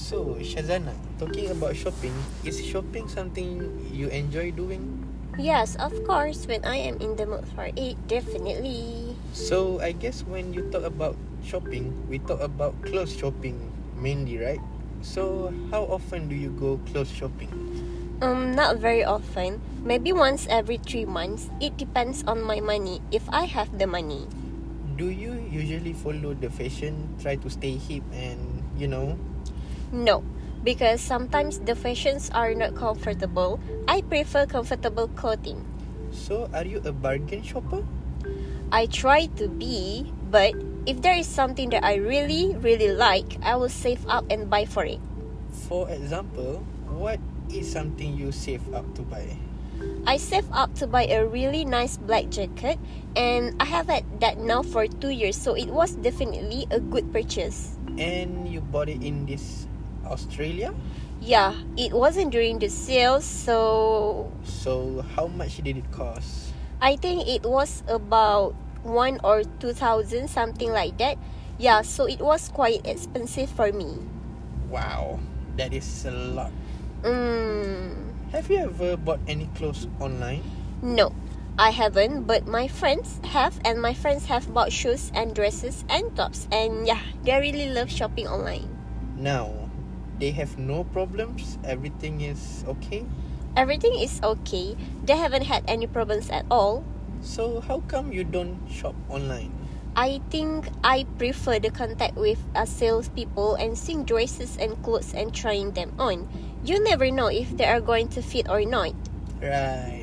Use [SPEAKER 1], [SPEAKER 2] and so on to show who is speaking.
[SPEAKER 1] Shazana, talking about shopping, is shopping something you enjoy doing?
[SPEAKER 2] Yes, of course, when I am in the mood for it, definitely.
[SPEAKER 1] So I guess when you talk about shopping, we talk about clothes shopping mainly, right? So how often do you go clothes shopping?
[SPEAKER 2] Um, not very often. Maybe once every three months. It depends on my money, if I have the money.
[SPEAKER 1] Do you usually follow the fashion, try to stay hip and you know?
[SPEAKER 2] No, because sometimes the fashions are not comfortable. I prefer comfortable clothing.
[SPEAKER 1] So are you a bargain shopper?
[SPEAKER 2] I try to be, but if there is something that I really, really like, I will save up and buy for it.
[SPEAKER 1] For example, what is something you save up to buy?
[SPEAKER 2] I save up to buy a really nice black jacket, and I have had that now for two years, so it was definitely a good purchase.
[SPEAKER 1] And you bought it in this Australia?
[SPEAKER 2] Yeah, it wasn't during the sale, so
[SPEAKER 1] So how much did it cost?
[SPEAKER 2] I think it was about one or two thousand, something like that. Yeah, so it was quite expensive for me.
[SPEAKER 1] Wow, that is a lot.
[SPEAKER 2] Mm,
[SPEAKER 1] Have you ever bought any clothes online?
[SPEAKER 2] no, I haven't, but my friends have, and my friends have bought shoes and dresses and tops, and yeah, they really love shopping online.
[SPEAKER 1] Now, they have no problems, everything is okay.
[SPEAKER 2] Everything is okay. They haven't had any problems at all.
[SPEAKER 1] So, how come you don't shop online?
[SPEAKER 2] I think I prefer the contact with uh, salespeople and seeing dresses and clothes and trying them on. You never know if they are going to fit or not.
[SPEAKER 1] Right.